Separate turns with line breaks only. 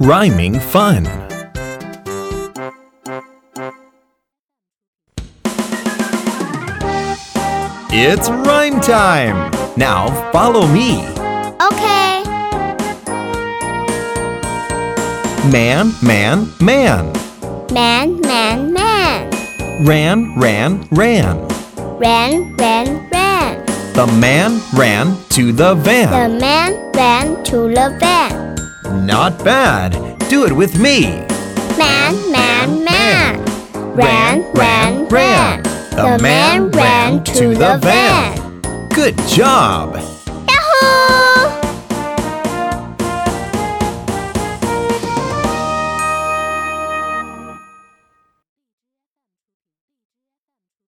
Rhyming fun. It's rhyme time! Now follow me.
Okay.
Man, man, man.
Man, man, man.
Ran, ran, ran.
Ran, ran, ran.
The man ran to the
The
van.
man ran to the van.
Not bad. Do it with me.
Man, man, man. Ran, ran, ran.
The man ran to the van. Good job.